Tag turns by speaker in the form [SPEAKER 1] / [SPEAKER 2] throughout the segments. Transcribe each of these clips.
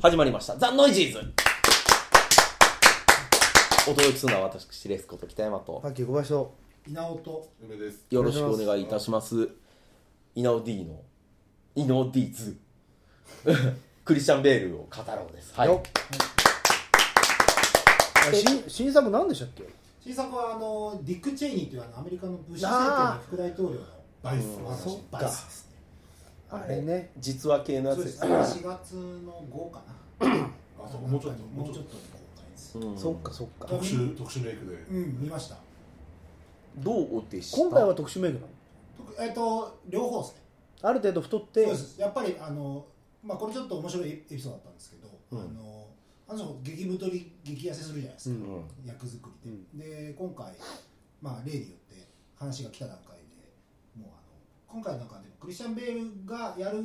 [SPEAKER 1] 始まりました。ザ・ノイジーズお届けするのは私ですこと北山と、
[SPEAKER 2] パッキー小林と
[SPEAKER 3] 稲尾と
[SPEAKER 4] 梅です。
[SPEAKER 1] よろしくお願いいたします。イナオ D の、イノ D ズ クリスチャン・ベールを語ろうです。はい。
[SPEAKER 2] よあ新新作何でしたっけ
[SPEAKER 3] 新作はあのディック・チェイニーというあのアメリカのブッシュ
[SPEAKER 2] あー
[SPEAKER 3] 政権の副大統領の
[SPEAKER 4] バイス
[SPEAKER 3] まあそうバイスですね
[SPEAKER 2] あれね
[SPEAKER 1] 実話系のや
[SPEAKER 3] そ
[SPEAKER 1] つ
[SPEAKER 3] う
[SPEAKER 1] で
[SPEAKER 3] ですす
[SPEAKER 1] ね
[SPEAKER 3] ね4月の5かな
[SPEAKER 4] あ、そう、もうちょっと、
[SPEAKER 3] も
[SPEAKER 4] も
[SPEAKER 3] う
[SPEAKER 4] う
[SPEAKER 3] ち
[SPEAKER 4] ち
[SPEAKER 3] ょ
[SPEAKER 4] ょ
[SPEAKER 3] っ
[SPEAKER 4] っ
[SPEAKER 3] と公開です
[SPEAKER 1] うん
[SPEAKER 2] そっかそっか
[SPEAKER 4] と。特殊、特殊メイクで。
[SPEAKER 3] うん見ました
[SPEAKER 1] どうお手した
[SPEAKER 2] 今回は特殊メイクなの
[SPEAKER 3] 特えっと両方ですね
[SPEAKER 2] ある程度太っ
[SPEAKER 3] そう
[SPEAKER 2] て
[SPEAKER 3] ですやっぱりあのまあこれちょっと面白いエピソードだったんですけど
[SPEAKER 1] う
[SPEAKER 3] あ
[SPEAKER 1] ん
[SPEAKER 3] のあの激太り激痩せするじゃないですか
[SPEAKER 1] うん
[SPEAKER 3] 役作りで、で今回、まあ、例によって話が来た段階でもうあの今回なんかでもクリスチャン・ベールがやる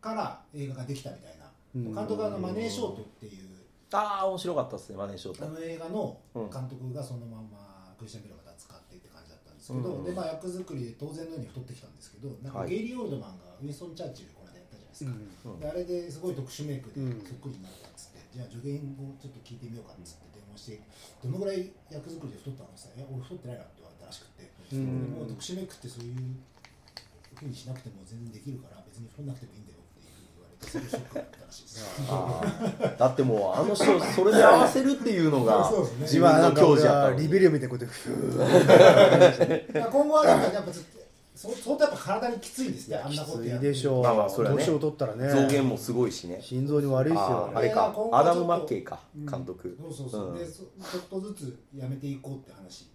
[SPEAKER 3] から映画ができたみた
[SPEAKER 2] う
[SPEAKER 3] いな、
[SPEAKER 2] ん
[SPEAKER 3] 監督はあのマネーショートっていう
[SPEAKER 1] ああ、面白かったですね、マネーショー
[SPEAKER 3] あ
[SPEAKER 1] ト。
[SPEAKER 3] の映画の
[SPEAKER 1] うん
[SPEAKER 3] 監督がそのままクリスチャン・ベールが使ってって感じだったんですけど、
[SPEAKER 1] うん
[SPEAKER 3] でまあ、役作りで当然のように太ってきたんですけどなん
[SPEAKER 1] は
[SPEAKER 3] か
[SPEAKER 1] い
[SPEAKER 3] ゲイリー・オールドマンがウィンストン・チャーチルこの間やったじゃないです
[SPEAKER 2] う
[SPEAKER 3] か、
[SPEAKER 2] ん
[SPEAKER 1] うん
[SPEAKER 3] であれですごい特殊メイクで
[SPEAKER 2] うん
[SPEAKER 3] そっくりになったっつって、じゃあ助言をちょっと聞いてみようかっつって電話してどのぐらい役作りで太ったのって言ったらいや俺太ってないなって言われたらしくて、
[SPEAKER 2] う
[SPEAKER 3] でもうん特殊メイクってそういうふうにしなくても全然できるから別に太んなくてもいいんだよっていうふうに言われてそれショックだったらしいです
[SPEAKER 1] あーだってもう、あの人、それで合わせるっていうのが
[SPEAKER 3] そうです、ね
[SPEAKER 1] 自分の教授やったの
[SPEAKER 2] 今なんか俺は
[SPEAKER 1] に
[SPEAKER 2] リベリオみたいなことでふー
[SPEAKER 3] だから今後はなんかやっぱずっとそ相当やっぱ体にきついですねあん
[SPEAKER 2] き
[SPEAKER 3] なこと
[SPEAKER 2] つ
[SPEAKER 3] や
[SPEAKER 2] い
[SPEAKER 3] ってる
[SPEAKER 2] でしょう
[SPEAKER 1] まあまあそれはね
[SPEAKER 2] 年を取ったらね
[SPEAKER 1] 増減もすごいしね。
[SPEAKER 2] 心臓に悪いです
[SPEAKER 1] あ
[SPEAKER 2] よ
[SPEAKER 1] ーあれ
[SPEAKER 3] いや
[SPEAKER 1] か
[SPEAKER 3] 今後、は
[SPEAKER 1] アダム・マッケイか、
[SPEAKER 3] うん
[SPEAKER 1] 監督。
[SPEAKER 3] そうそうそう、
[SPEAKER 1] ん
[SPEAKER 3] でそちょっとずつやめていこうって話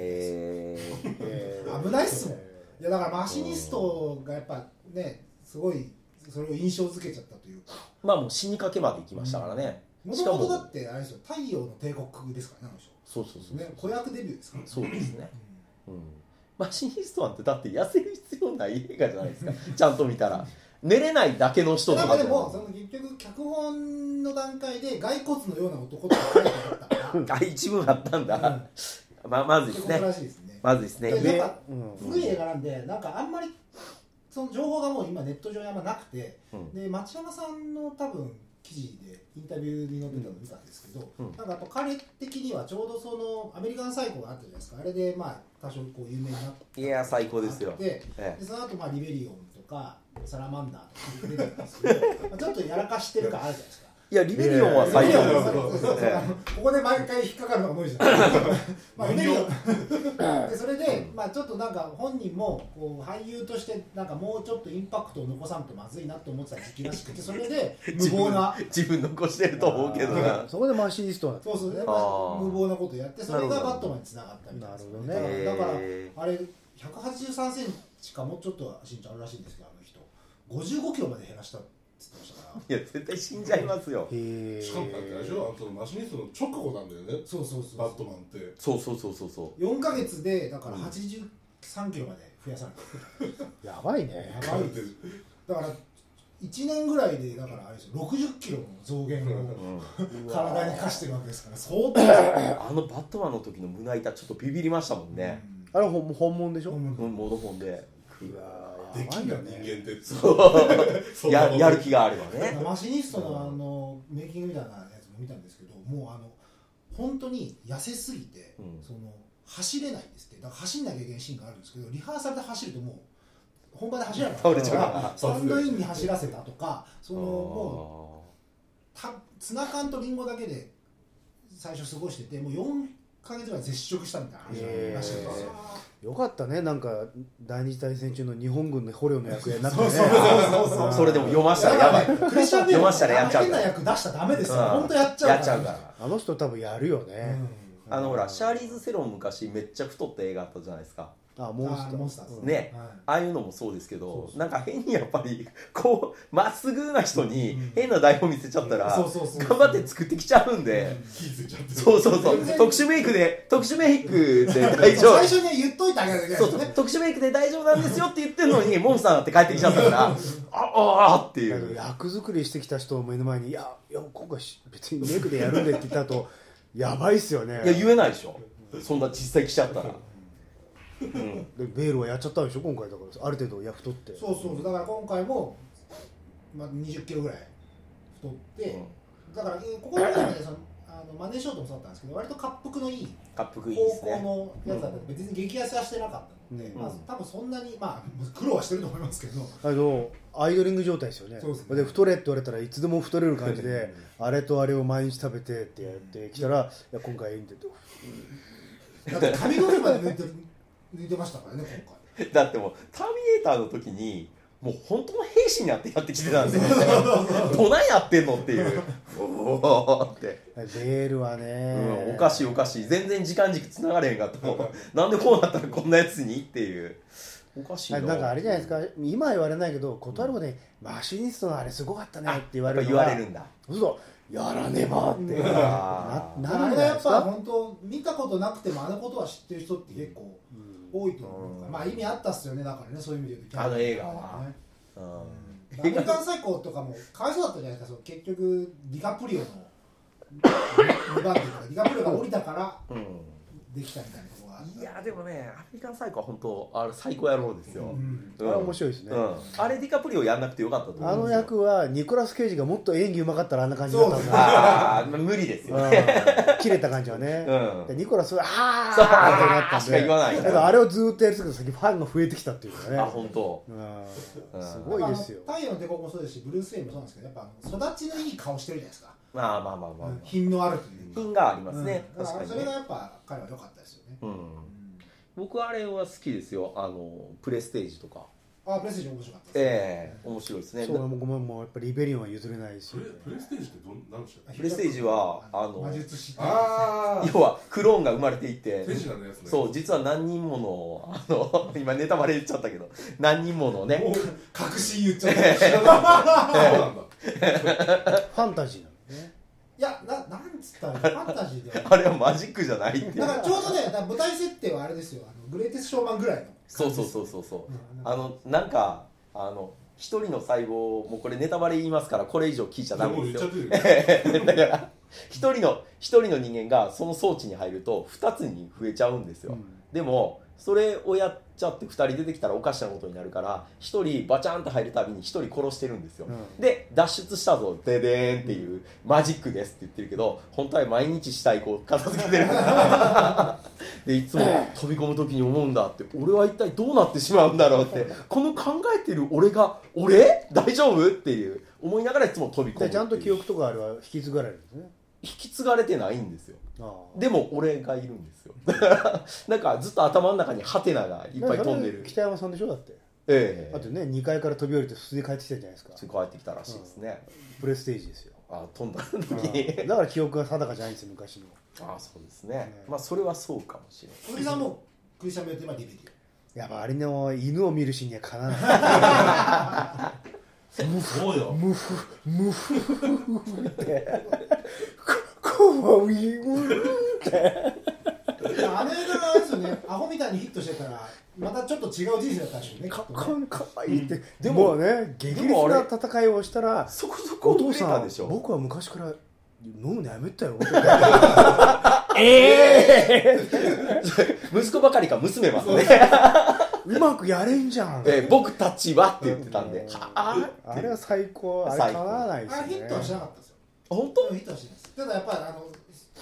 [SPEAKER 1] えー
[SPEAKER 2] えー
[SPEAKER 3] 危ないっすもんいやだからマシニストがやっぱねすごいそれを印象づけちゃったというか
[SPEAKER 1] まあもう死にかけまで行きましたからね。
[SPEAKER 3] も
[SPEAKER 1] し
[SPEAKER 3] と
[SPEAKER 1] か
[SPEAKER 3] も
[SPEAKER 1] も
[SPEAKER 3] とだってあれですよ太陽の帝国ですからねあの人
[SPEAKER 1] そうそうそう。
[SPEAKER 3] ね子役デビューですからね
[SPEAKER 1] そうですね。うんマシニストなんてだって痩せる必要ない映画じゃないですか。 ちゃんと見たら。寝れないだけの人と
[SPEAKER 3] な
[SPEAKER 1] か
[SPEAKER 3] ん
[SPEAKER 1] じゃ
[SPEAKER 3] か
[SPEAKER 1] な
[SPEAKER 3] で
[SPEAKER 1] い
[SPEAKER 3] もその結局脚本の段階で骸骨のような男とか書いてあったから
[SPEAKER 1] あ、一文あったん だ。まあ、まずい
[SPEAKER 3] 結
[SPEAKER 1] です
[SPEAKER 3] 構
[SPEAKER 1] ね。
[SPEAKER 3] らしいですね
[SPEAKER 1] まずいですね。
[SPEAKER 3] でなんか
[SPEAKER 2] うん
[SPEAKER 3] 古い映画なんでなんかあんまりその情報がもう今ネット上にあんまなくて、
[SPEAKER 1] うん
[SPEAKER 3] で町山さんの多分記事でインタビューに載ってたの見たんですけど、
[SPEAKER 1] うん
[SPEAKER 3] なんかやっぱ彼的にはちょうどそのアメリカンサイコがあったじゃないですかあれでまあ多少こう有名になった
[SPEAKER 1] いや最高ですよ
[SPEAKER 3] で
[SPEAKER 1] ええ
[SPEAKER 3] でその後まあリベリオンとかサラマンダーとか出てくるんですけ どまあちょっとやらかしてる感あるじゃないですか
[SPEAKER 1] いや、リベリオンは最
[SPEAKER 3] リベリオン
[SPEAKER 1] 高
[SPEAKER 3] は
[SPEAKER 1] ですよ。
[SPEAKER 3] そうそうそうあのここで毎回引っかかるのが無理じゃないまあリベリオンでそれで、まあ、ちょっとなんか本人もこう俳優としてなんかもうちょっとインパクトを残さんとまずいなと思ってた時期らしくてそれで無
[SPEAKER 1] 自
[SPEAKER 3] 謀な
[SPEAKER 1] 分、自分残してると思うけどな。
[SPEAKER 2] そこでマシニストなんだ
[SPEAKER 3] そうそう、やっ
[SPEAKER 1] あ
[SPEAKER 3] ぱ
[SPEAKER 1] ー
[SPEAKER 3] 無謀なことやってそれ
[SPEAKER 1] なる
[SPEAKER 3] が
[SPEAKER 1] ほど
[SPEAKER 3] バットマンにつながったみたいです
[SPEAKER 2] なるほ
[SPEAKER 1] どね
[SPEAKER 3] だからだ
[SPEAKER 1] へ
[SPEAKER 3] からあれ183センチかもうちょっと身長あるらしいんですけどあの人55キロまで減らしたって言ってましたから
[SPEAKER 1] いや、絶対死んじゃいますよ。
[SPEAKER 2] へえ
[SPEAKER 4] しかも、大丈夫、あの、そのマシニストの直後なんだよね。
[SPEAKER 3] そうそうそう
[SPEAKER 4] バットマンって。
[SPEAKER 1] そうそうそうそうそう。
[SPEAKER 3] 4か月でだから83キロまで増やさなきゃ
[SPEAKER 2] やばいね
[SPEAKER 3] やばいですだから1年ぐらいでだからあれですよ60キロの増減
[SPEAKER 1] う
[SPEAKER 3] を
[SPEAKER 1] ん
[SPEAKER 3] 体に課してるわけですから相当ですよ
[SPEAKER 1] あのバットマンの時の胸板ちょっとビビりましたもんね。
[SPEAKER 2] あれほん本物でしょ
[SPEAKER 3] うん
[SPEAKER 1] うん、モードフォンで。
[SPEAKER 2] うわー
[SPEAKER 4] で
[SPEAKER 2] や
[SPEAKER 4] き
[SPEAKER 2] ばい
[SPEAKER 4] んな
[SPEAKER 2] よ
[SPEAKER 4] 人間っ
[SPEAKER 2] ね
[SPEAKER 4] て。そう
[SPEAKER 1] ややる。
[SPEAKER 4] そんなこと
[SPEAKER 1] 気があればね。
[SPEAKER 3] マシニストのあのメイキングみたいなやつも見たんですけどもうあの本当に痩せすぎて、
[SPEAKER 1] うん
[SPEAKER 3] その走れないんですってだから走んなきゃいけないシーンがあるんですけどリハーサルで走るともう本番で走らな い
[SPEAKER 1] 倒れちゃう
[SPEAKER 3] からスタンドインに走らせたとかそのもうたツナ缶とリンゴだけで最初過ごしててもう4か月ぐらい絶食したみたいな話らしいんですよ
[SPEAKER 2] へよかったねなんか第二次大戦中の日本軍の捕虜の役やなくて
[SPEAKER 3] そう
[SPEAKER 2] ね
[SPEAKER 3] そうそう
[SPEAKER 1] あ
[SPEAKER 3] そ
[SPEAKER 1] ー
[SPEAKER 3] う
[SPEAKER 1] それでも読ましたらやばい。
[SPEAKER 3] クレッシャーベル
[SPEAKER 1] 読ましたらやっちゃう
[SPEAKER 3] 変
[SPEAKER 1] から
[SPEAKER 3] な役出したらダメですよ
[SPEAKER 1] うん
[SPEAKER 3] 本当やっちゃう
[SPEAKER 1] やっちゃうから。
[SPEAKER 2] あの人多分やるよ
[SPEAKER 3] う
[SPEAKER 2] ね
[SPEAKER 3] ん
[SPEAKER 1] あのほら、シャーリーズ・セロン昔めっちゃ太った映画あったじゃないですか。
[SPEAKER 2] あモンス
[SPEAKER 3] あ
[SPEAKER 2] ター
[SPEAKER 3] モンスターです
[SPEAKER 1] ね
[SPEAKER 3] はい
[SPEAKER 1] ああいうのもそうですけ
[SPEAKER 3] そう
[SPEAKER 1] ど
[SPEAKER 3] そ、う
[SPEAKER 1] なんか変にやっぱり、こう、まっすぐな人に
[SPEAKER 3] うん
[SPEAKER 1] 変な台本見せちゃったら、
[SPEAKER 3] そうそうそう
[SPEAKER 1] 頑張って作ってきちゃうんで、
[SPEAKER 4] 気づいちゃってる。
[SPEAKER 1] そうそうそう
[SPEAKER 3] 全、然
[SPEAKER 1] 特殊メイクで、特殊メイクで
[SPEAKER 3] 最
[SPEAKER 1] 大丈夫。
[SPEAKER 3] 初に言っといてあげなきゃいけない
[SPEAKER 1] そう
[SPEAKER 3] です
[SPEAKER 1] そう
[SPEAKER 3] ね
[SPEAKER 1] 特殊メイクで大丈夫なんですよって言ってるのに、モンスターだって帰ってきちゃったから、あああってい
[SPEAKER 2] なんか
[SPEAKER 1] う。
[SPEAKER 2] 役作りしてきた人を目の前に「いやいや今回し別にメイクでやるんで」って言った後 やばいっすよね
[SPEAKER 1] いや、言えないでしょ。そんな実際来ちゃったら。うん。
[SPEAKER 2] でベールはやっちゃったでしょ今回だからある程度いや太って
[SPEAKER 3] そうそうそうだから今回も、まあ、2 0キロぐらい太って、
[SPEAKER 1] うん
[SPEAKER 3] だから、えーここの部分はねそのあのマネーショートもそうだったんですけど割と恰幅のいい
[SPEAKER 1] 滑覆いいで
[SPEAKER 3] 方
[SPEAKER 1] すね
[SPEAKER 3] 向のやつだったんで、別に激安はしてなかったので、
[SPEAKER 2] うん
[SPEAKER 3] まあ、多分そんなに、まあ、苦労はしてると思いますけど、
[SPEAKER 2] あのアイドリング状態ですよね
[SPEAKER 3] そうですね
[SPEAKER 2] 太れって言われたらいつでも太れる感じであれとあれを毎日食べてってやってきたらいや今回いいんでと
[SPEAKER 3] だって髪の毛まで抜いてる抜いてましたからね、今回。
[SPEAKER 1] だってもうターミネーターの時にもう本当の兵士になってやってきてたん ですよどないやってんのっていうおーって、
[SPEAKER 2] ベールはね、
[SPEAKER 1] うん、おかしいおかしい全然時間軸つながれへんかったもうなんでこうなったらこんなやつにっていうおかしい
[SPEAKER 2] あ
[SPEAKER 1] な
[SPEAKER 2] なんかあれじゃないですか今は言われないけど断ることに、マシニストのあれすごかったね
[SPEAKER 1] あ
[SPEAKER 2] って言われる
[SPEAKER 1] やっぱ言われるんだ
[SPEAKER 2] そうそうやらねばって
[SPEAKER 3] うん
[SPEAKER 2] な
[SPEAKER 1] あー
[SPEAKER 2] なる
[SPEAKER 3] あ
[SPEAKER 2] ん
[SPEAKER 3] れ
[SPEAKER 2] じゃな
[SPEAKER 3] は
[SPEAKER 2] い
[SPEAKER 3] や
[SPEAKER 2] で
[SPEAKER 3] っ
[SPEAKER 2] す
[SPEAKER 3] ぱ
[SPEAKER 2] か、
[SPEAKER 3] 本当見たことなくてもあのことは知ってる人って結構
[SPEAKER 2] うん
[SPEAKER 3] 多いと思うから、まあ意味あったっすよねだからねそういう意味で言うと
[SPEAKER 1] あの映画は
[SPEAKER 3] ね
[SPEAKER 1] うん
[SPEAKER 3] アメリカン最高とかもかわいそうだったじゃないですかそう結局ディカ プリオの2番手とかディカプリオが降りたから
[SPEAKER 1] うん
[SPEAKER 3] できたみたいなところがあった
[SPEAKER 1] いやでもねアフリカンサイコは本当あれ最高野郎ですよ、
[SPEAKER 3] うん
[SPEAKER 1] うん
[SPEAKER 2] あれ面白いですね、
[SPEAKER 1] うん、あれディカプリオやんなくてよかったと思う
[SPEAKER 2] あの役はニコラス・ケイジがもっと演技うまかったらあんな感じだったんだ
[SPEAKER 1] あーまあ無理ですよね
[SPEAKER 2] うん切れた感じはね、
[SPEAKER 1] うん
[SPEAKER 2] でニコラスはあ
[SPEAKER 1] そう
[SPEAKER 2] あ
[SPEAKER 1] しか言わない
[SPEAKER 2] だからあれをずーっとやり続けた先ファンが増えてきたっていうかね
[SPEAKER 1] あ本当
[SPEAKER 2] う
[SPEAKER 1] うんん
[SPEAKER 2] すごいですよ
[SPEAKER 3] あの太陽の手こもそうですしブルース・ウェインもそうなんですけどやっぱあの育ちのいい顔してるじゃないですか
[SPEAKER 1] まあまあまあまあ、まあ、
[SPEAKER 3] 品のあるというか
[SPEAKER 1] 品がありますね、
[SPEAKER 3] うんだから
[SPEAKER 1] 確か
[SPEAKER 3] そ
[SPEAKER 1] に
[SPEAKER 3] れが
[SPEAKER 1] ね、
[SPEAKER 3] やっぱ彼は良かったですよね
[SPEAKER 1] うん、
[SPEAKER 3] うん
[SPEAKER 1] 僕あれは好きですよあのプレステージとか
[SPEAKER 3] あプレステージ面白かったです
[SPEAKER 1] ええ面白いですね
[SPEAKER 2] そうもうごめんもうやっぱリベリオンは譲れないし
[SPEAKER 4] プレプレステージってどんなんでしたっけ
[SPEAKER 1] プレステージはあの
[SPEAKER 3] 魔術師って
[SPEAKER 4] ああ
[SPEAKER 1] 要はクローンが生まれていて
[SPEAKER 4] 手品のやつね
[SPEAKER 1] そう実は何人ものあの今ネタバレ言っちゃったけど何人ものね
[SPEAKER 4] もう確信言っちゃった知らなかったそうなんだ
[SPEAKER 2] ファンタジーなのね
[SPEAKER 3] いやななんつったらいいのファンタジーでは
[SPEAKER 1] あれはマジックじゃないっていう
[SPEAKER 3] だからちょうどねだから舞台設定はあれですよあのグレイテストショーマンぐらいの
[SPEAKER 1] そうそうそうそうそう
[SPEAKER 3] うん
[SPEAKER 1] あのなんかあの一人の細胞もうこれネタバレ言いますからこれ以上聞いちゃダメ
[SPEAKER 4] もう言
[SPEAKER 1] で
[SPEAKER 4] っち
[SPEAKER 1] す
[SPEAKER 4] ゃ
[SPEAKER 1] よ
[SPEAKER 4] ってるよね
[SPEAKER 1] だから一人の一人の人間がその装置に入ると二つに増えちゃうんですよ、
[SPEAKER 2] うん
[SPEAKER 1] でもそれをやっちゃって二人出てきたらおかしなことになるから一人バチャンと入るたびに一人殺してるんですよ、
[SPEAKER 2] うん
[SPEAKER 1] で脱出したぞデデーンっていう、マジックですって言ってるけど本当は毎日死体こう片付け てるでいつも飛び込む時に思うんだって俺は一体どうなってしまうんだろうってこの考えてる俺が俺大丈夫っていう思いながらいつも飛び込むってい
[SPEAKER 2] で
[SPEAKER 1] う
[SPEAKER 2] ちゃんと記憶とかあれは引き継がれるんですね
[SPEAKER 1] 引き継がれてないんですよ
[SPEAKER 2] ああ
[SPEAKER 1] でも俺がいるんですよ だからなんかずっと頭の中にハテナがいっぱい飛んでる
[SPEAKER 2] 北山さんでしょだって
[SPEAKER 1] ええ
[SPEAKER 2] あとね2階から飛び降りて普通に帰ってきたじゃないですか
[SPEAKER 1] ちょっと帰ってきたらしいですね、
[SPEAKER 2] プレステージですよ
[SPEAKER 1] あ飛んだ時
[SPEAKER 2] うん
[SPEAKER 1] に
[SPEAKER 2] だから記憶が定かじゃないんですよ昔の
[SPEAKER 1] ああそうですねまあそれはそうかもしれない
[SPEAKER 3] 小栗さんもクリスチャン・ベルテは リベリ
[SPEAKER 2] やっぱあれの犬を見るシーンにはかなわない
[SPEAKER 4] そうよ
[SPEAKER 2] ムフムフフフってここはウィー
[SPEAKER 3] オあの映画があれですよねアホみたいにヒットしてたらまたちょっと違う人生だったんでしょうねき
[SPEAKER 2] か
[SPEAKER 3] っ
[SPEAKER 2] か
[SPEAKER 3] とね
[SPEAKER 2] んかわいいって、で
[SPEAKER 1] で
[SPEAKER 2] も
[SPEAKER 1] も
[SPEAKER 2] ね激
[SPEAKER 1] で
[SPEAKER 2] 烈
[SPEAKER 1] もあ
[SPEAKER 2] な
[SPEAKER 1] れ
[SPEAKER 2] 戦いをしたら
[SPEAKER 1] そこそこ
[SPEAKER 2] お
[SPEAKER 1] 遅
[SPEAKER 2] 父
[SPEAKER 1] れ
[SPEAKER 2] さ
[SPEAKER 1] た
[SPEAKER 2] ん
[SPEAKER 1] でしょ
[SPEAKER 2] 僕は昔から飲むのやめたよって言ったらええ
[SPEAKER 1] 息子ばかりか娘までね、
[SPEAKER 2] うまくやれんじゃん、
[SPEAKER 1] えー僕たちはって言ってたんで、
[SPEAKER 2] うん
[SPEAKER 1] はあ
[SPEAKER 2] あれは最高あれ
[SPEAKER 1] 最
[SPEAKER 2] か
[SPEAKER 1] 高
[SPEAKER 2] なわないで
[SPEAKER 3] あれヒットはし
[SPEAKER 2] す
[SPEAKER 3] な
[SPEAKER 2] ね
[SPEAKER 3] かったですよ
[SPEAKER 1] 本
[SPEAKER 3] ヒットはしないですただやっぱりあの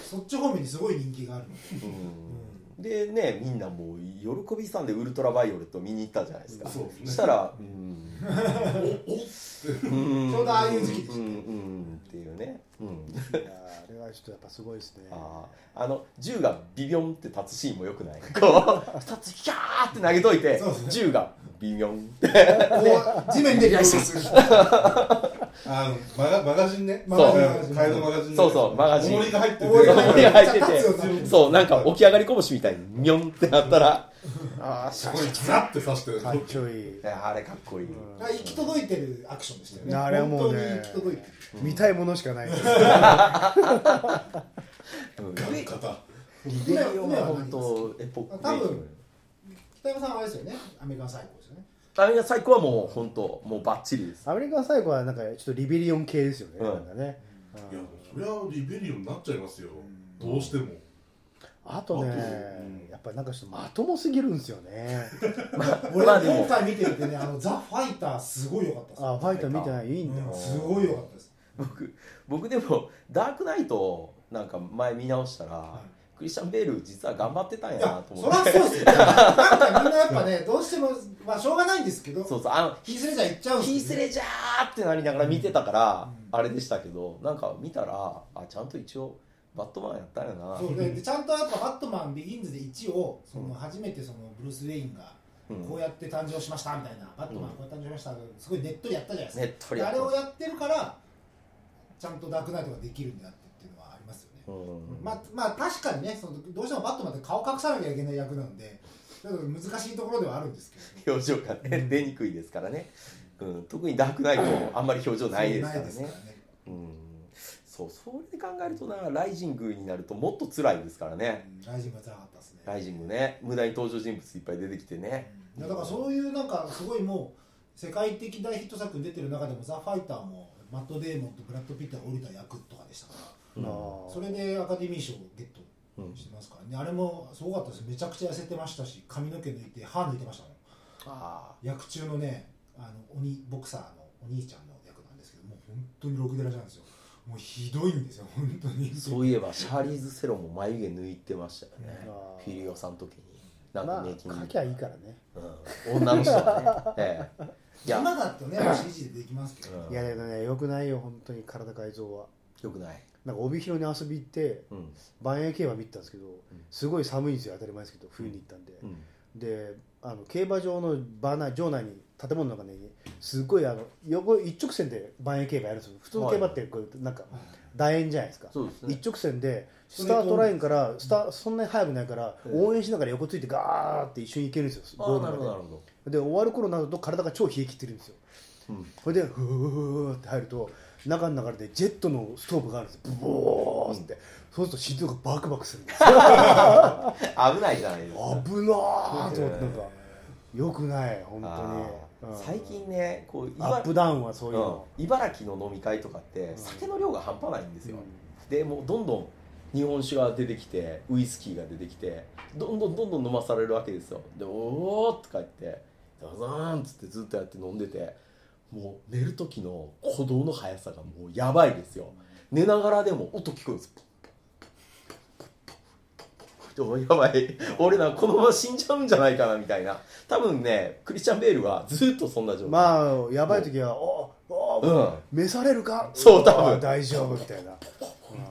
[SPEAKER 3] そっち方面にすごい人気があるので
[SPEAKER 1] 当、うん、でねみんなもう喜びさんでウルトラバイオレット見に行ったじゃないですか、
[SPEAKER 4] そうですね
[SPEAKER 1] したらうん
[SPEAKER 4] おお
[SPEAKER 1] うん
[SPEAKER 3] ちょうどああいう時期でした
[SPEAKER 1] うんうんっていうね、うん、
[SPEAKER 2] いやあれはちょっとやっぱすごいですね
[SPEAKER 1] あーあの銃がビビョンって立つシーンもよく ないこう立つヒャーって投げといて
[SPEAKER 3] そうですね
[SPEAKER 1] 銃がビビョンって
[SPEAKER 3] こう地面で
[SPEAKER 4] いや
[SPEAKER 3] 両手
[SPEAKER 4] そうあのマガマガジンね
[SPEAKER 1] そう
[SPEAKER 4] 替えのマガジンね
[SPEAKER 1] そうそうマガジン
[SPEAKER 4] 重りが入ってて
[SPEAKER 3] 重りが入
[SPEAKER 1] 手が入って
[SPEAKER 3] 立つよ
[SPEAKER 1] てそうなんか起き上がりこぼしみたいにミョンってなったらああ
[SPEAKER 4] すごいザッて刺してる
[SPEAKER 2] かっちょいい
[SPEAKER 1] あれかっこいい、
[SPEAKER 2] ん
[SPEAKER 3] あ行き届いてるアクションでしたよね
[SPEAKER 2] あれはもうね
[SPEAKER 3] 本当に行き届いてる
[SPEAKER 2] 見たいものしかないです
[SPEAKER 1] うん
[SPEAKER 4] ガン肩
[SPEAKER 1] リベリオンは本当エポック
[SPEAKER 3] 多分北山さんはあれですよねアメリカン最高ですよね
[SPEAKER 1] あれが最高はもう本当もうバッチリです
[SPEAKER 2] アメリカン最後はなんかちょっとリベリオン系ですよね、
[SPEAKER 1] うん
[SPEAKER 2] なんかね、
[SPEAKER 4] いや
[SPEAKER 2] うん
[SPEAKER 4] そりゃリベリオンになっちゃいますよどうしても
[SPEAKER 2] あとね
[SPEAKER 4] あとうん
[SPEAKER 2] やっぱなんかちょっとまともすぎるんですよね
[SPEAKER 3] 俺
[SPEAKER 1] まあでも
[SPEAKER 3] 今回見てみてねあのザ・ファイターすごい良かったです
[SPEAKER 2] あファイター見てないいいんだ、
[SPEAKER 3] うんすごい良かったです
[SPEAKER 1] 僕僕でもダークナイトなんか前見直したら、クリスチャン・ベール実は頑張ってたんや
[SPEAKER 3] い
[SPEAKER 1] な
[SPEAKER 3] や
[SPEAKER 1] と思
[SPEAKER 3] そ
[SPEAKER 1] っ
[SPEAKER 3] りゃ
[SPEAKER 1] て
[SPEAKER 3] そうっすよなんかみんなやっぱねどうしてもまあしょうがないんですけど
[SPEAKER 1] そうそうあの
[SPEAKER 3] ヒースレジャー行っちゃうん
[SPEAKER 1] 「
[SPEAKER 3] です
[SPEAKER 1] ヒ
[SPEAKER 3] よね
[SPEAKER 1] ースレジャー!」ってなりながら見てたから、
[SPEAKER 3] うん
[SPEAKER 1] あれでしたけどなんか見たらあちゃんと一応バットマンやったんやな
[SPEAKER 3] そうででちゃんとやっぱ「バットマンビギンズで1をそ
[SPEAKER 1] うん
[SPEAKER 3] の初めてそのブルース・ウェインが
[SPEAKER 1] うん
[SPEAKER 3] こうやって誕生しましたみたいな「バットマンこうやって誕生しました」すごいネットでやったじゃないです
[SPEAKER 1] ね
[SPEAKER 3] か、
[SPEAKER 1] っとりや
[SPEAKER 3] であ
[SPEAKER 1] っ
[SPEAKER 3] れ
[SPEAKER 1] た
[SPEAKER 3] をやってるからちゃんとダークナイトができるんだってっていうのはありますよね、
[SPEAKER 1] うん
[SPEAKER 3] まあ、まあ確かにねそのどうしてもバットマンって顔隠さなきゃいけない役なんでちょっと難しいところではあるんですけど
[SPEAKER 1] 表情がね出にくいですからね、うん、特にダークナイトもあんまり表情ないですから
[SPEAKER 3] そう
[SPEAKER 1] ね
[SPEAKER 3] らね
[SPEAKER 1] うんそうそれで考えるとなライジングになるともっと辛いですからね
[SPEAKER 3] うんライジングが辛かったですね
[SPEAKER 1] ライジングね無駄に登場人物いっぱい出てきてね
[SPEAKER 3] いやだからそういうなんかすごいもう世界的大ヒット作に出てる中でも「ザ・ファイター」もマット・デーモンとブラッド・ピッターが降りた役とかでしたから
[SPEAKER 1] うん
[SPEAKER 3] それでアカデミー賞をゲット
[SPEAKER 1] うん
[SPEAKER 3] してますからねあれもすごかったですめちゃくちゃ痩せてましたし髪の毛抜いて歯抜いてましたもん
[SPEAKER 1] あ
[SPEAKER 3] 役中のねあの鬼ボクサーのお兄ちゃんの役なんですけどもう本当にろくでらじゃんですよもうひどいんですよ本当に
[SPEAKER 1] ーそういえばシャーリーズ・セロンも眉毛抜いてましたよね
[SPEAKER 2] あー
[SPEAKER 1] フィリオさんの時になん
[SPEAKER 2] ま
[SPEAKER 1] か
[SPEAKER 2] あ
[SPEAKER 1] メイキング、
[SPEAKER 2] 書きゃいいからね
[SPEAKER 1] うん、女の人はね、 ええいや、
[SPEAKER 3] 今だとね CG でできますけど、
[SPEAKER 1] うん
[SPEAKER 2] いやだけどねよくないよ本当に体改造は
[SPEAKER 1] よくない、
[SPEAKER 2] なんか帯広に遊び行って
[SPEAKER 1] うん
[SPEAKER 2] 万円競馬見てたんですけどすごい寒いんですよ当たり前ですけど冬に行ったんで、
[SPEAKER 1] うん、
[SPEAKER 2] であの競馬場の場内場内に建物の中にすごいあの横一直線で万円競馬やるんですよ普通の競馬ってこうなんか楕円じゃないですか、
[SPEAKER 1] そうですね
[SPEAKER 2] 一直線で
[SPEAKER 3] それ
[SPEAKER 2] スタートラインからスタそんなに速くないから
[SPEAKER 1] うん
[SPEAKER 2] 応援しながら横ついてガーって一緒に行けるんですよ
[SPEAKER 1] あ
[SPEAKER 2] ゴー
[SPEAKER 1] あ
[SPEAKER 2] ル
[SPEAKER 1] なるほ
[SPEAKER 2] まで
[SPEAKER 1] どなるほど、
[SPEAKER 2] で終わる頃になると体が超冷え切ってるんですよ
[SPEAKER 1] うん、
[SPEAKER 2] それでふーふーふーって入ると中の中でジェットのストーブがあるんですよブボーって、そうすると心臓がバクバクするんですよ
[SPEAKER 1] 危ないじゃないですか
[SPEAKER 2] 危なーと思ってなんかよくない本当
[SPEAKER 1] あー
[SPEAKER 2] に、うん
[SPEAKER 1] 最近ねこう
[SPEAKER 2] アップダウンはそういうの、
[SPEAKER 1] うん茨城の飲み会とかって酒の量が半端ないんですよ、でもうどんどん日本酒が出てきてウイスキーが出てきてどんどんどんどん飲まされるわけですよで「おお!」とか言って「ザザーン!」っつってずっとやって飲んでてもう寝る時の鼓動の速さがもうやばいですよ寝ながらでも音聞こえるんですでもやばい俺なこのまま死んじゃうんじゃないかなみたいな多分ねクリスチャン・ベールはずっとそんな状態
[SPEAKER 2] まあやばい時は「おお、
[SPEAKER 1] うん
[SPEAKER 2] 召されるか
[SPEAKER 1] そう多分
[SPEAKER 2] あー大丈夫」みたいな
[SPEAKER 1] っ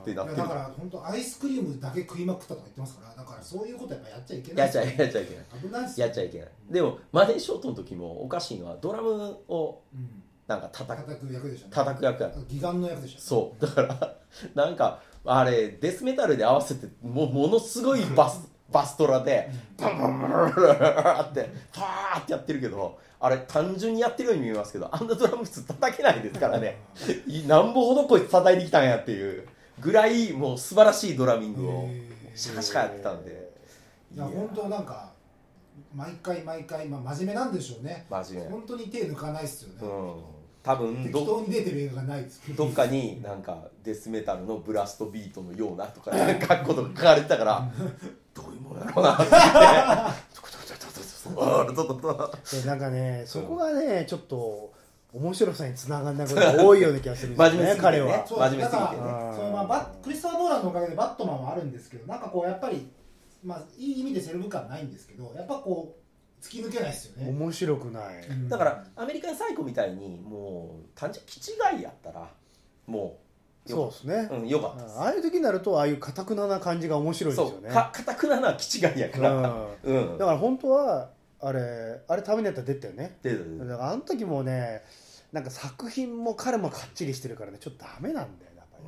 [SPEAKER 1] てなっ
[SPEAKER 3] い
[SPEAKER 1] て
[SPEAKER 3] や
[SPEAKER 1] る
[SPEAKER 3] だから本当アイスクリームだけ食いまくったとか言ってますからだからそういうことやっぱやっちゃいけない
[SPEAKER 1] やっちゃいやっちゃいけない
[SPEAKER 3] 危ないっすよ
[SPEAKER 1] やっちゃいけないでもマネーショートの時もおかしいのはドラムを
[SPEAKER 3] うん
[SPEAKER 1] なんか叩く
[SPEAKER 3] 叩く役でしょ、ね、
[SPEAKER 1] 叩く役やった
[SPEAKER 3] 義眼の役でしょ
[SPEAKER 1] そうだからなんかあれデスメタルで合わせてもうものすごいバスバストラでバンバンバンバンバンバンってパーってやってるけどあれ単純にやってるように見えますけどあんなドラム普通叩けないですからねいなんぼほどこいつ叩いてきたんやっていうぐらいもう素晴らしいドラミングを
[SPEAKER 3] へー
[SPEAKER 1] シャカシャカやってたんで
[SPEAKER 3] いや本当なんか毎回毎回、まあ、真面目なんでしょうね
[SPEAKER 1] 真面目
[SPEAKER 3] 本当に手抜かないっすよね、
[SPEAKER 1] うん多分
[SPEAKER 3] 適
[SPEAKER 1] ど
[SPEAKER 3] 当に出てる映画がないですけど
[SPEAKER 1] どっ かになんかデスメタルのブラストビートのようなとかねかっことか書かれてたからどういうものやろうなって言って
[SPEAKER 2] でなんかねそこがねちょっと面白さにつながんないことが多いような気がするんです
[SPEAKER 1] 真
[SPEAKER 2] よ
[SPEAKER 1] 面目
[SPEAKER 2] ね
[SPEAKER 1] すぎてね
[SPEAKER 2] 彼は
[SPEAKER 3] そうで
[SPEAKER 1] 真
[SPEAKER 3] す
[SPEAKER 1] 面目すぎてね
[SPEAKER 3] だから
[SPEAKER 2] うん
[SPEAKER 3] そのまあバックリストファー・ノーランのおかげでバットマンはあるんですけどなんかこうやっぱり、まあ、いい意味でセレブ感ないんですけどやっぱこう突き抜けないっすよね、
[SPEAKER 2] 面白くない、
[SPEAKER 3] うん
[SPEAKER 1] だからアメリカンサイコみたいにもう単純に気違いやったらもう
[SPEAKER 2] そう
[SPEAKER 1] よ
[SPEAKER 2] ですね、
[SPEAKER 1] うんよかった
[SPEAKER 2] ああいう時になるとああいうかたくなな感じが面白いです
[SPEAKER 1] そ
[SPEAKER 2] よ
[SPEAKER 1] う
[SPEAKER 2] ね
[SPEAKER 1] かかたくなな気違いやか
[SPEAKER 2] うん、
[SPEAKER 1] ら
[SPEAKER 2] だ
[SPEAKER 1] うん
[SPEAKER 2] から本当はあれあれためにやったら出てたよね
[SPEAKER 1] で
[SPEAKER 2] だからあの時もねなんか作品も彼もかっちりしてるからねちょっとダメなんだよやっぱり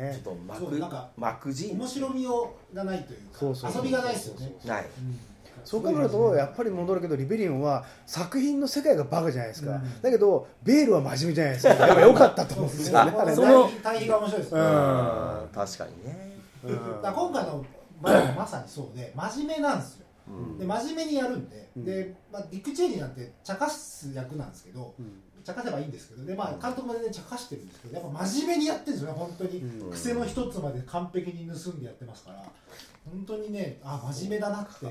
[SPEAKER 2] あれだよ
[SPEAKER 1] ちょっ
[SPEAKER 2] ね
[SPEAKER 1] と幕
[SPEAKER 3] そうなんか
[SPEAKER 1] 幕陣
[SPEAKER 3] 面白みをがないというか
[SPEAKER 2] そうそうそう
[SPEAKER 3] 遊びがないですよね
[SPEAKER 1] ない
[SPEAKER 3] うん
[SPEAKER 2] そう考えるとやっぱり戻るけどリベリオンは作品の世界がバカじゃないですか、
[SPEAKER 3] うん
[SPEAKER 2] だけどベールは真面目じゃないですかやっぱ良かったと
[SPEAKER 3] そう
[SPEAKER 2] 思うんで
[SPEAKER 3] で
[SPEAKER 2] すす
[SPEAKER 3] ね
[SPEAKER 2] よ
[SPEAKER 1] あ
[SPEAKER 2] ね
[SPEAKER 3] こ
[SPEAKER 2] あ
[SPEAKER 3] れ
[SPEAKER 2] れ
[SPEAKER 1] そ
[SPEAKER 2] ね
[SPEAKER 1] の
[SPEAKER 3] 対比対比が面白いですね、
[SPEAKER 2] う
[SPEAKER 1] うんん確かにね
[SPEAKER 2] うん
[SPEAKER 3] だから今回のままさにそうで真面目なんですよ
[SPEAKER 1] うん
[SPEAKER 3] で真面目にやるんで、
[SPEAKER 2] うん
[SPEAKER 3] で、まあ、ディック・チェリーなんて茶化す役なんですけど
[SPEAKER 2] うん
[SPEAKER 3] 茶化せばいいんですけどで、まあ、監督までね茶化してるんですけどやっぱ真面目にやってるんですよね本当に、
[SPEAKER 2] うん
[SPEAKER 3] 癖の一つまで完璧に盗んでやってますから本当にねあ真面目だなって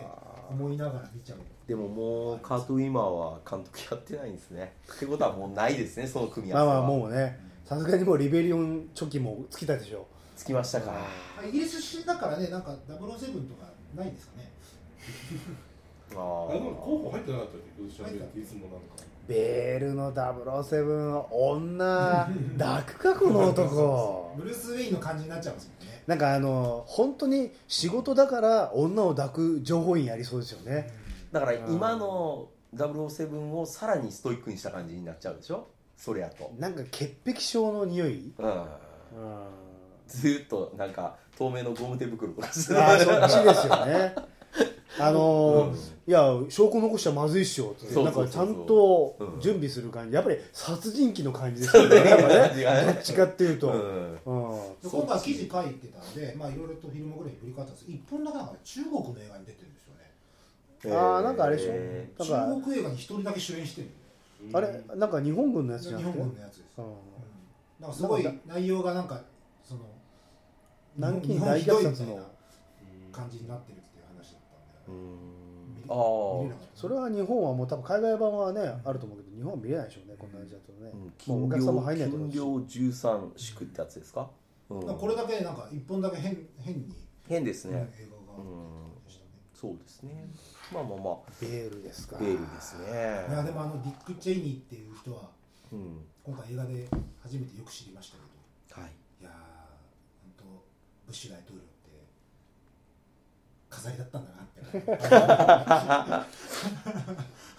[SPEAKER 3] 思いながら見ちゃう
[SPEAKER 1] でももうカート・ウィマーは監督やってないんですね。ってことはもうないですね、その組み合
[SPEAKER 2] まあ
[SPEAKER 1] わせは。
[SPEAKER 2] まあもうねさすがにもうリベリオン初期も尽きたでしょ
[SPEAKER 1] つきましたか
[SPEAKER 3] イギリス出身だからね、なんか007とかないんですかね。
[SPEAKER 1] あ
[SPEAKER 4] あでも候補入ってなかったっけどうしゃべ
[SPEAKER 3] 入
[SPEAKER 4] っ
[SPEAKER 3] ってて
[SPEAKER 4] いつもなんか
[SPEAKER 2] ベールの007女抱くかこの男
[SPEAKER 3] ブルース・ウェインの感じになっちゃいますもんね。
[SPEAKER 2] なんかあの本当に仕事だから女を抱く情報員やりそうですよね
[SPEAKER 1] だから今の007をさらにストイックにした感じになっちゃうでしょそれやと、
[SPEAKER 2] なんか潔癖症の匂い
[SPEAKER 1] うん、
[SPEAKER 2] うん
[SPEAKER 1] ずーっとなんか透明のゴム手袋とかして
[SPEAKER 2] ああ
[SPEAKER 1] た
[SPEAKER 2] そっちですよねあのー
[SPEAKER 1] うん
[SPEAKER 2] いや証拠残しちゃまずいっしょって
[SPEAKER 1] そう
[SPEAKER 2] なん
[SPEAKER 1] そうそう
[SPEAKER 2] かちゃんと
[SPEAKER 1] うん
[SPEAKER 2] 準備する感じやっぱり殺人鬼の感じですよねやっぱね
[SPEAKER 1] 違うね
[SPEAKER 2] どっちかっていう
[SPEAKER 1] う
[SPEAKER 2] と、
[SPEAKER 1] ん
[SPEAKER 2] うん
[SPEAKER 3] で今回記事書いてたんで、まあいろいろとフィルモグラフィー振り返ったんですけど一本だけなんか中国の映画に出てるんですよね。
[SPEAKER 2] あーなんかあれでしょ
[SPEAKER 1] え
[SPEAKER 2] だから
[SPEAKER 3] 中国映画に一人だけ主演してる。
[SPEAKER 2] あれなんか日本軍のやつ
[SPEAKER 3] 日
[SPEAKER 2] じゃ
[SPEAKER 3] 本
[SPEAKER 2] なくて、
[SPEAKER 3] 語のやつです。
[SPEAKER 2] う
[SPEAKER 3] うんんなんかすごい内容がなんかその
[SPEAKER 2] 南
[SPEAKER 3] 日
[SPEAKER 2] 京
[SPEAKER 3] 本
[SPEAKER 2] 大
[SPEAKER 3] ひど
[SPEAKER 2] 虐
[SPEAKER 3] いみ
[SPEAKER 2] 殺
[SPEAKER 3] たいな
[SPEAKER 2] の
[SPEAKER 3] 感じになってるっていう話だった
[SPEAKER 1] ーうんん
[SPEAKER 3] で。見れ
[SPEAKER 1] あー
[SPEAKER 3] 見れなかった
[SPEAKER 2] それは日本はもう多分海外版はねあると思うけど日本は見れないでしょうねこんな感じだとね、
[SPEAKER 1] うん
[SPEAKER 2] もう
[SPEAKER 1] 金
[SPEAKER 2] お客さんも
[SPEAKER 1] 量
[SPEAKER 2] 入んないと思
[SPEAKER 1] 金
[SPEAKER 2] うし
[SPEAKER 1] 量13宿ってやつですか、うん
[SPEAKER 3] なんかこれだけなんか一本だけ変変に
[SPEAKER 1] 変です
[SPEAKER 3] 映画
[SPEAKER 1] ねう
[SPEAKER 3] が、
[SPEAKER 1] ん
[SPEAKER 3] でした
[SPEAKER 1] そうですねまあまあまあ
[SPEAKER 2] ベールですか
[SPEAKER 1] ベールですね
[SPEAKER 3] ね。いやでもあのディック・チェイニーっていう人は
[SPEAKER 1] うん
[SPEAKER 3] 今回映画で初めてよく知りましたけど。
[SPEAKER 1] はい
[SPEAKER 3] いやー、本当、ブッシュ大統領って、飾りだったんだ なって、
[SPEAKER 1] ま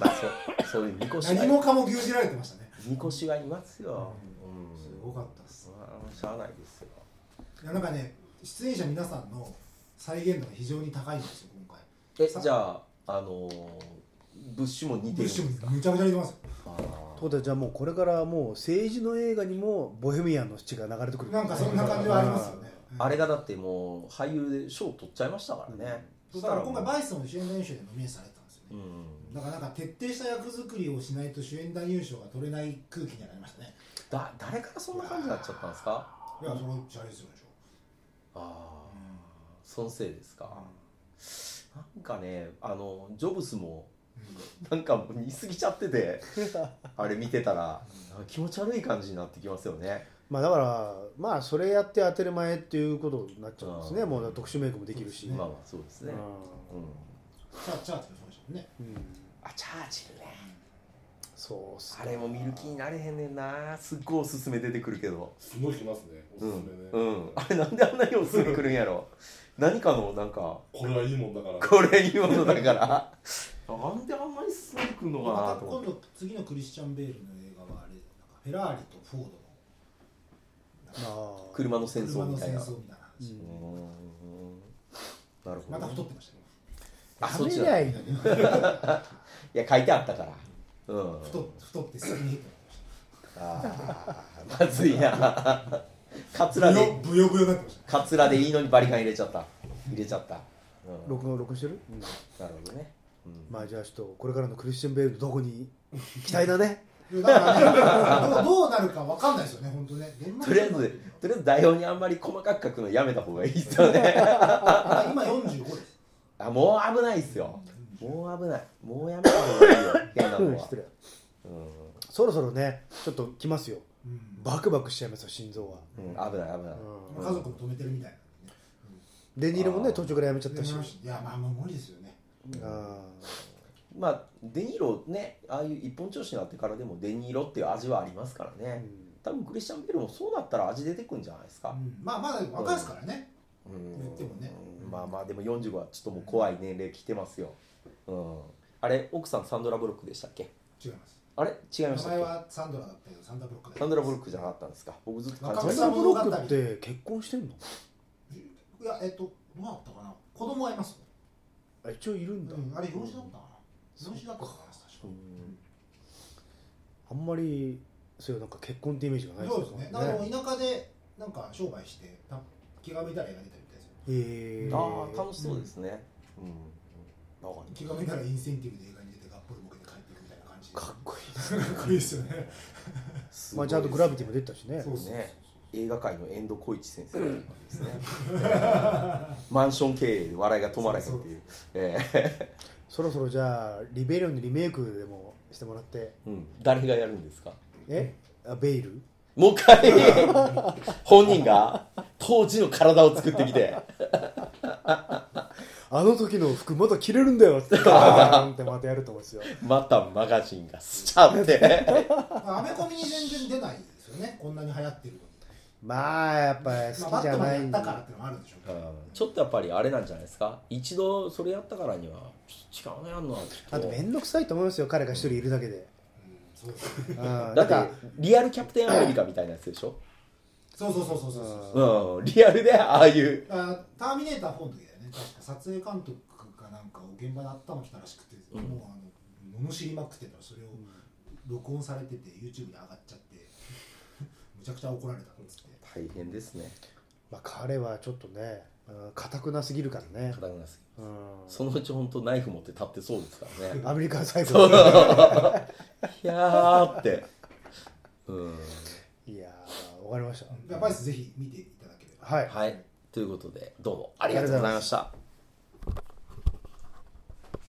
[SPEAKER 1] あそうそういうみこしが
[SPEAKER 3] 何もかも牛耳られてましたね、
[SPEAKER 1] みこしがいますよ、うん、
[SPEAKER 3] すごかったっす。
[SPEAKER 1] あしゃあないですよ
[SPEAKER 3] いやなんかね、出演者皆さんの再現度が非常に高いんですよ、今回。
[SPEAKER 1] え
[SPEAKER 3] さ
[SPEAKER 1] じゃああのー、ブッシュも似てる
[SPEAKER 3] ブッ
[SPEAKER 1] んで
[SPEAKER 3] シ
[SPEAKER 1] すか
[SPEAKER 3] ュもむちゃくちゃ似てますよ。
[SPEAKER 1] あ
[SPEAKER 2] ということでじゃあもうこれからもう政治の映画にもボヘミアンの血が流れてくる
[SPEAKER 3] なんかそんな感じはありますよね。
[SPEAKER 1] ーあれがだってもう俳優で賞取っちゃいましたからね、
[SPEAKER 3] うんだから今回、
[SPEAKER 1] イ
[SPEAKER 3] バイソンの主演男優賞でノミネートされてたんですよ
[SPEAKER 1] う
[SPEAKER 3] ね。
[SPEAKER 1] ん
[SPEAKER 3] だからなんか徹底した役作りをしないと主演男優賞が取れない空気にはなりましたね。
[SPEAKER 1] だ誰からそんな感じになっちゃったんですか
[SPEAKER 3] いや、それ、シャレですよでしょ。
[SPEAKER 1] ああ
[SPEAKER 3] う
[SPEAKER 1] そのせいですか
[SPEAKER 3] ん
[SPEAKER 1] なんかねあのジョブスもなんかもう似すぎちゃっててあれ見てたらなんか気持ち悪い感じになってきますよね
[SPEAKER 2] まあだからまあそれやって当てる前っていうことになっちゃうんですね
[SPEAKER 1] うん
[SPEAKER 2] もう特殊メイクもできるし、
[SPEAKER 1] まあまあそうですね、
[SPEAKER 2] う
[SPEAKER 1] うんん
[SPEAKER 3] チャーチャーチルそうでしたもんね。
[SPEAKER 2] うん
[SPEAKER 1] あチャーチルね
[SPEAKER 2] そうっすか
[SPEAKER 1] あれも見る気になれへんねんなすっごいおすすめ出てくるけど
[SPEAKER 4] すごいしますねおすす
[SPEAKER 1] う
[SPEAKER 4] め
[SPEAKER 1] ん、
[SPEAKER 4] ね
[SPEAKER 1] うん、あれなんであんなにおすすめくるんや ろ何かのなんか
[SPEAKER 4] これはいいもんだから
[SPEAKER 1] これいいものだからなんであんなに進めてくるのかな
[SPEAKER 3] また
[SPEAKER 1] と思
[SPEAKER 3] 今
[SPEAKER 1] って
[SPEAKER 3] 度次のクリスチャン・ベールの映画はあれなんかフェラーリとフォードの
[SPEAKER 2] まあ
[SPEAKER 1] 車の戦争
[SPEAKER 3] 車の
[SPEAKER 1] みたい
[SPEAKER 3] 戦
[SPEAKER 1] な
[SPEAKER 3] 争みたいな話、
[SPEAKER 1] うーんなるほど
[SPEAKER 3] また太ってましたね
[SPEAKER 1] あ
[SPEAKER 2] や
[SPEAKER 1] そっ
[SPEAKER 2] め
[SPEAKER 1] ち
[SPEAKER 2] り
[SPEAKER 1] だ
[SPEAKER 2] ゃ
[SPEAKER 1] い
[SPEAKER 2] いいのに
[SPEAKER 1] や書いてあったからうん
[SPEAKER 3] 太っ太ってスキニーと
[SPEAKER 1] あーまずいなカツ
[SPEAKER 3] な
[SPEAKER 1] ラ
[SPEAKER 3] ってまし
[SPEAKER 1] で
[SPEAKER 3] たブヨブヨブヨになってました
[SPEAKER 1] カツラでいいのにバリカン入れちゃった入れちゃった、うん、
[SPEAKER 2] 録音録音してる、
[SPEAKER 1] なるほどね、うん
[SPEAKER 2] まあじゃあちょっとこれからのクリスチャン・ベールのどこに期待だね
[SPEAKER 3] いやだからねどうどうなるかわかんないですよね本当ね
[SPEAKER 1] とりあえず
[SPEAKER 3] どんなことに
[SPEAKER 1] とりあえず台本にあんまり細かく書くのやめた方がいいですよね
[SPEAKER 3] なるか今45です
[SPEAKER 1] あもう危ないっすよもう危ないもうやめた方がいいよ変なのは
[SPEAKER 2] 失礼
[SPEAKER 1] う
[SPEAKER 2] そろそろねちょっと来ますよ
[SPEAKER 3] うん
[SPEAKER 2] バクバクしちゃいますよ心臓は、
[SPEAKER 1] ん、うん、危ない危ない、
[SPEAKER 2] う
[SPEAKER 3] 家族も止めてるみたいな
[SPEAKER 2] ん、デニールも
[SPEAKER 1] あ
[SPEAKER 2] ね
[SPEAKER 1] ー
[SPEAKER 2] 途中からやめちゃっ
[SPEAKER 3] んで
[SPEAKER 2] たし
[SPEAKER 3] ねいやまあまあ無理ですよね
[SPEAKER 2] あ
[SPEAKER 1] まあデニーロねああいう一本調子になってからでもデニーロっていう味はありますから
[SPEAKER 2] ー、う
[SPEAKER 1] ね、
[SPEAKER 2] ん
[SPEAKER 1] 多分クリスチャン・ベルもそうなったら味出てくんじゃないです
[SPEAKER 3] う
[SPEAKER 1] か、
[SPEAKER 3] んまあまだ若いですからね
[SPEAKER 1] うん
[SPEAKER 3] 言ってもね
[SPEAKER 1] まあまあでも45はちょっともう怖い年齢来てますよ、うん、あれ奥さんサンドラ・ブロックでしたっけ
[SPEAKER 3] 違います
[SPEAKER 1] あれ違いまし
[SPEAKER 3] 名
[SPEAKER 1] たっ
[SPEAKER 3] 前
[SPEAKER 1] け
[SPEAKER 3] はサンドラだったけどサンダーブロックだった
[SPEAKER 1] サンドラ・ブロックじゃなかったんですか僕ずっと勘違いして
[SPEAKER 2] サンドラブロックって結婚してんの
[SPEAKER 3] いやえっとどうだったかな子供はいます
[SPEAKER 2] あ一応いるんだ、
[SPEAKER 3] うん、あれ養子だったかな養子だったかな確か
[SPEAKER 2] あんまりそういうなんか結婚ってイメージがない
[SPEAKER 3] そうですねだからもう田舎でなんか商売してた気が向いたら映画出てるみたい
[SPEAKER 2] へ
[SPEAKER 3] ですよ
[SPEAKER 2] え
[SPEAKER 1] ああ楽しそうですねうん、わかりま
[SPEAKER 3] 気が向いたらインセンティブで映画に出てがっぽりボケて帰っていくみたいな感じで
[SPEAKER 2] かっこいいです
[SPEAKER 3] かっこいいですよね
[SPEAKER 1] す
[SPEAKER 2] まあちゃんとグラビティも出てたしね
[SPEAKER 3] そうそうそう
[SPEAKER 1] ね映画界の遠藤浩一先生ですね マンション経営で笑いが止まらへんっていうええ
[SPEAKER 2] そろそろじゃあリベリオンのリメイクでもしてもらって
[SPEAKER 1] うん誰がやるんですか
[SPEAKER 2] えあベイル
[SPEAKER 1] もう一 回本人が当時の体を作ってきて
[SPEAKER 2] あの時の服まだ着れるんだよって言ったらなんてまたやると思うんですよ
[SPEAKER 1] またマガジンがスチャって
[SPEAKER 3] アメコミに全然出ないですよねこんなに流行ってるのに
[SPEAKER 2] まあやっぱ
[SPEAKER 3] まあ、
[SPEAKER 2] 好き
[SPEAKER 3] バ
[SPEAKER 2] じ
[SPEAKER 3] ッ
[SPEAKER 2] ゃ
[SPEAKER 3] トマン
[SPEAKER 2] ない
[SPEAKER 3] や
[SPEAKER 2] ん
[SPEAKER 3] っ
[SPEAKER 2] で
[SPEAKER 3] たからってのもあるんでしょうけど、
[SPEAKER 1] ちょっとやっぱりあれなんじゃないですか一度それやったからには違うのやんのはちょ
[SPEAKER 2] あ
[SPEAKER 1] っ
[SPEAKER 2] と
[SPEAKER 1] と
[SPEAKER 2] 面倒くさいと思いますよ彼が一人いるだけで、
[SPEAKER 3] そうそう
[SPEAKER 2] うん、だ
[SPEAKER 1] だっ
[SPEAKER 2] から
[SPEAKER 1] てリアルキャプテンアメリカみたいなやつでしょ
[SPEAKER 3] そうそうそうそうそうそう
[SPEAKER 1] うんリアルでああいう
[SPEAKER 3] あターミネーター4の時だよね確か撮影監督かなんかを現場で頭来たらしくて、
[SPEAKER 1] うん
[SPEAKER 3] もうあの罵りまくってたらそれを録音されてて YouTube で上がっちゃって むちゃくちゃ怒られたっつって
[SPEAKER 1] 大変ですね
[SPEAKER 2] まあ、彼はちょっとねうんかたくなすぎるからね、
[SPEAKER 1] 片倉さん
[SPEAKER 2] うん
[SPEAKER 1] そのうち本当ナイフ持って立ってそうですからね
[SPEAKER 2] アメリカ最
[SPEAKER 1] そ
[SPEAKER 2] 後
[SPEAKER 1] ういやーってうん
[SPEAKER 2] いやーわかりました
[SPEAKER 3] やっぱりぜひ見ていただければ
[SPEAKER 2] はい
[SPEAKER 1] はいということでどうもありがとうございました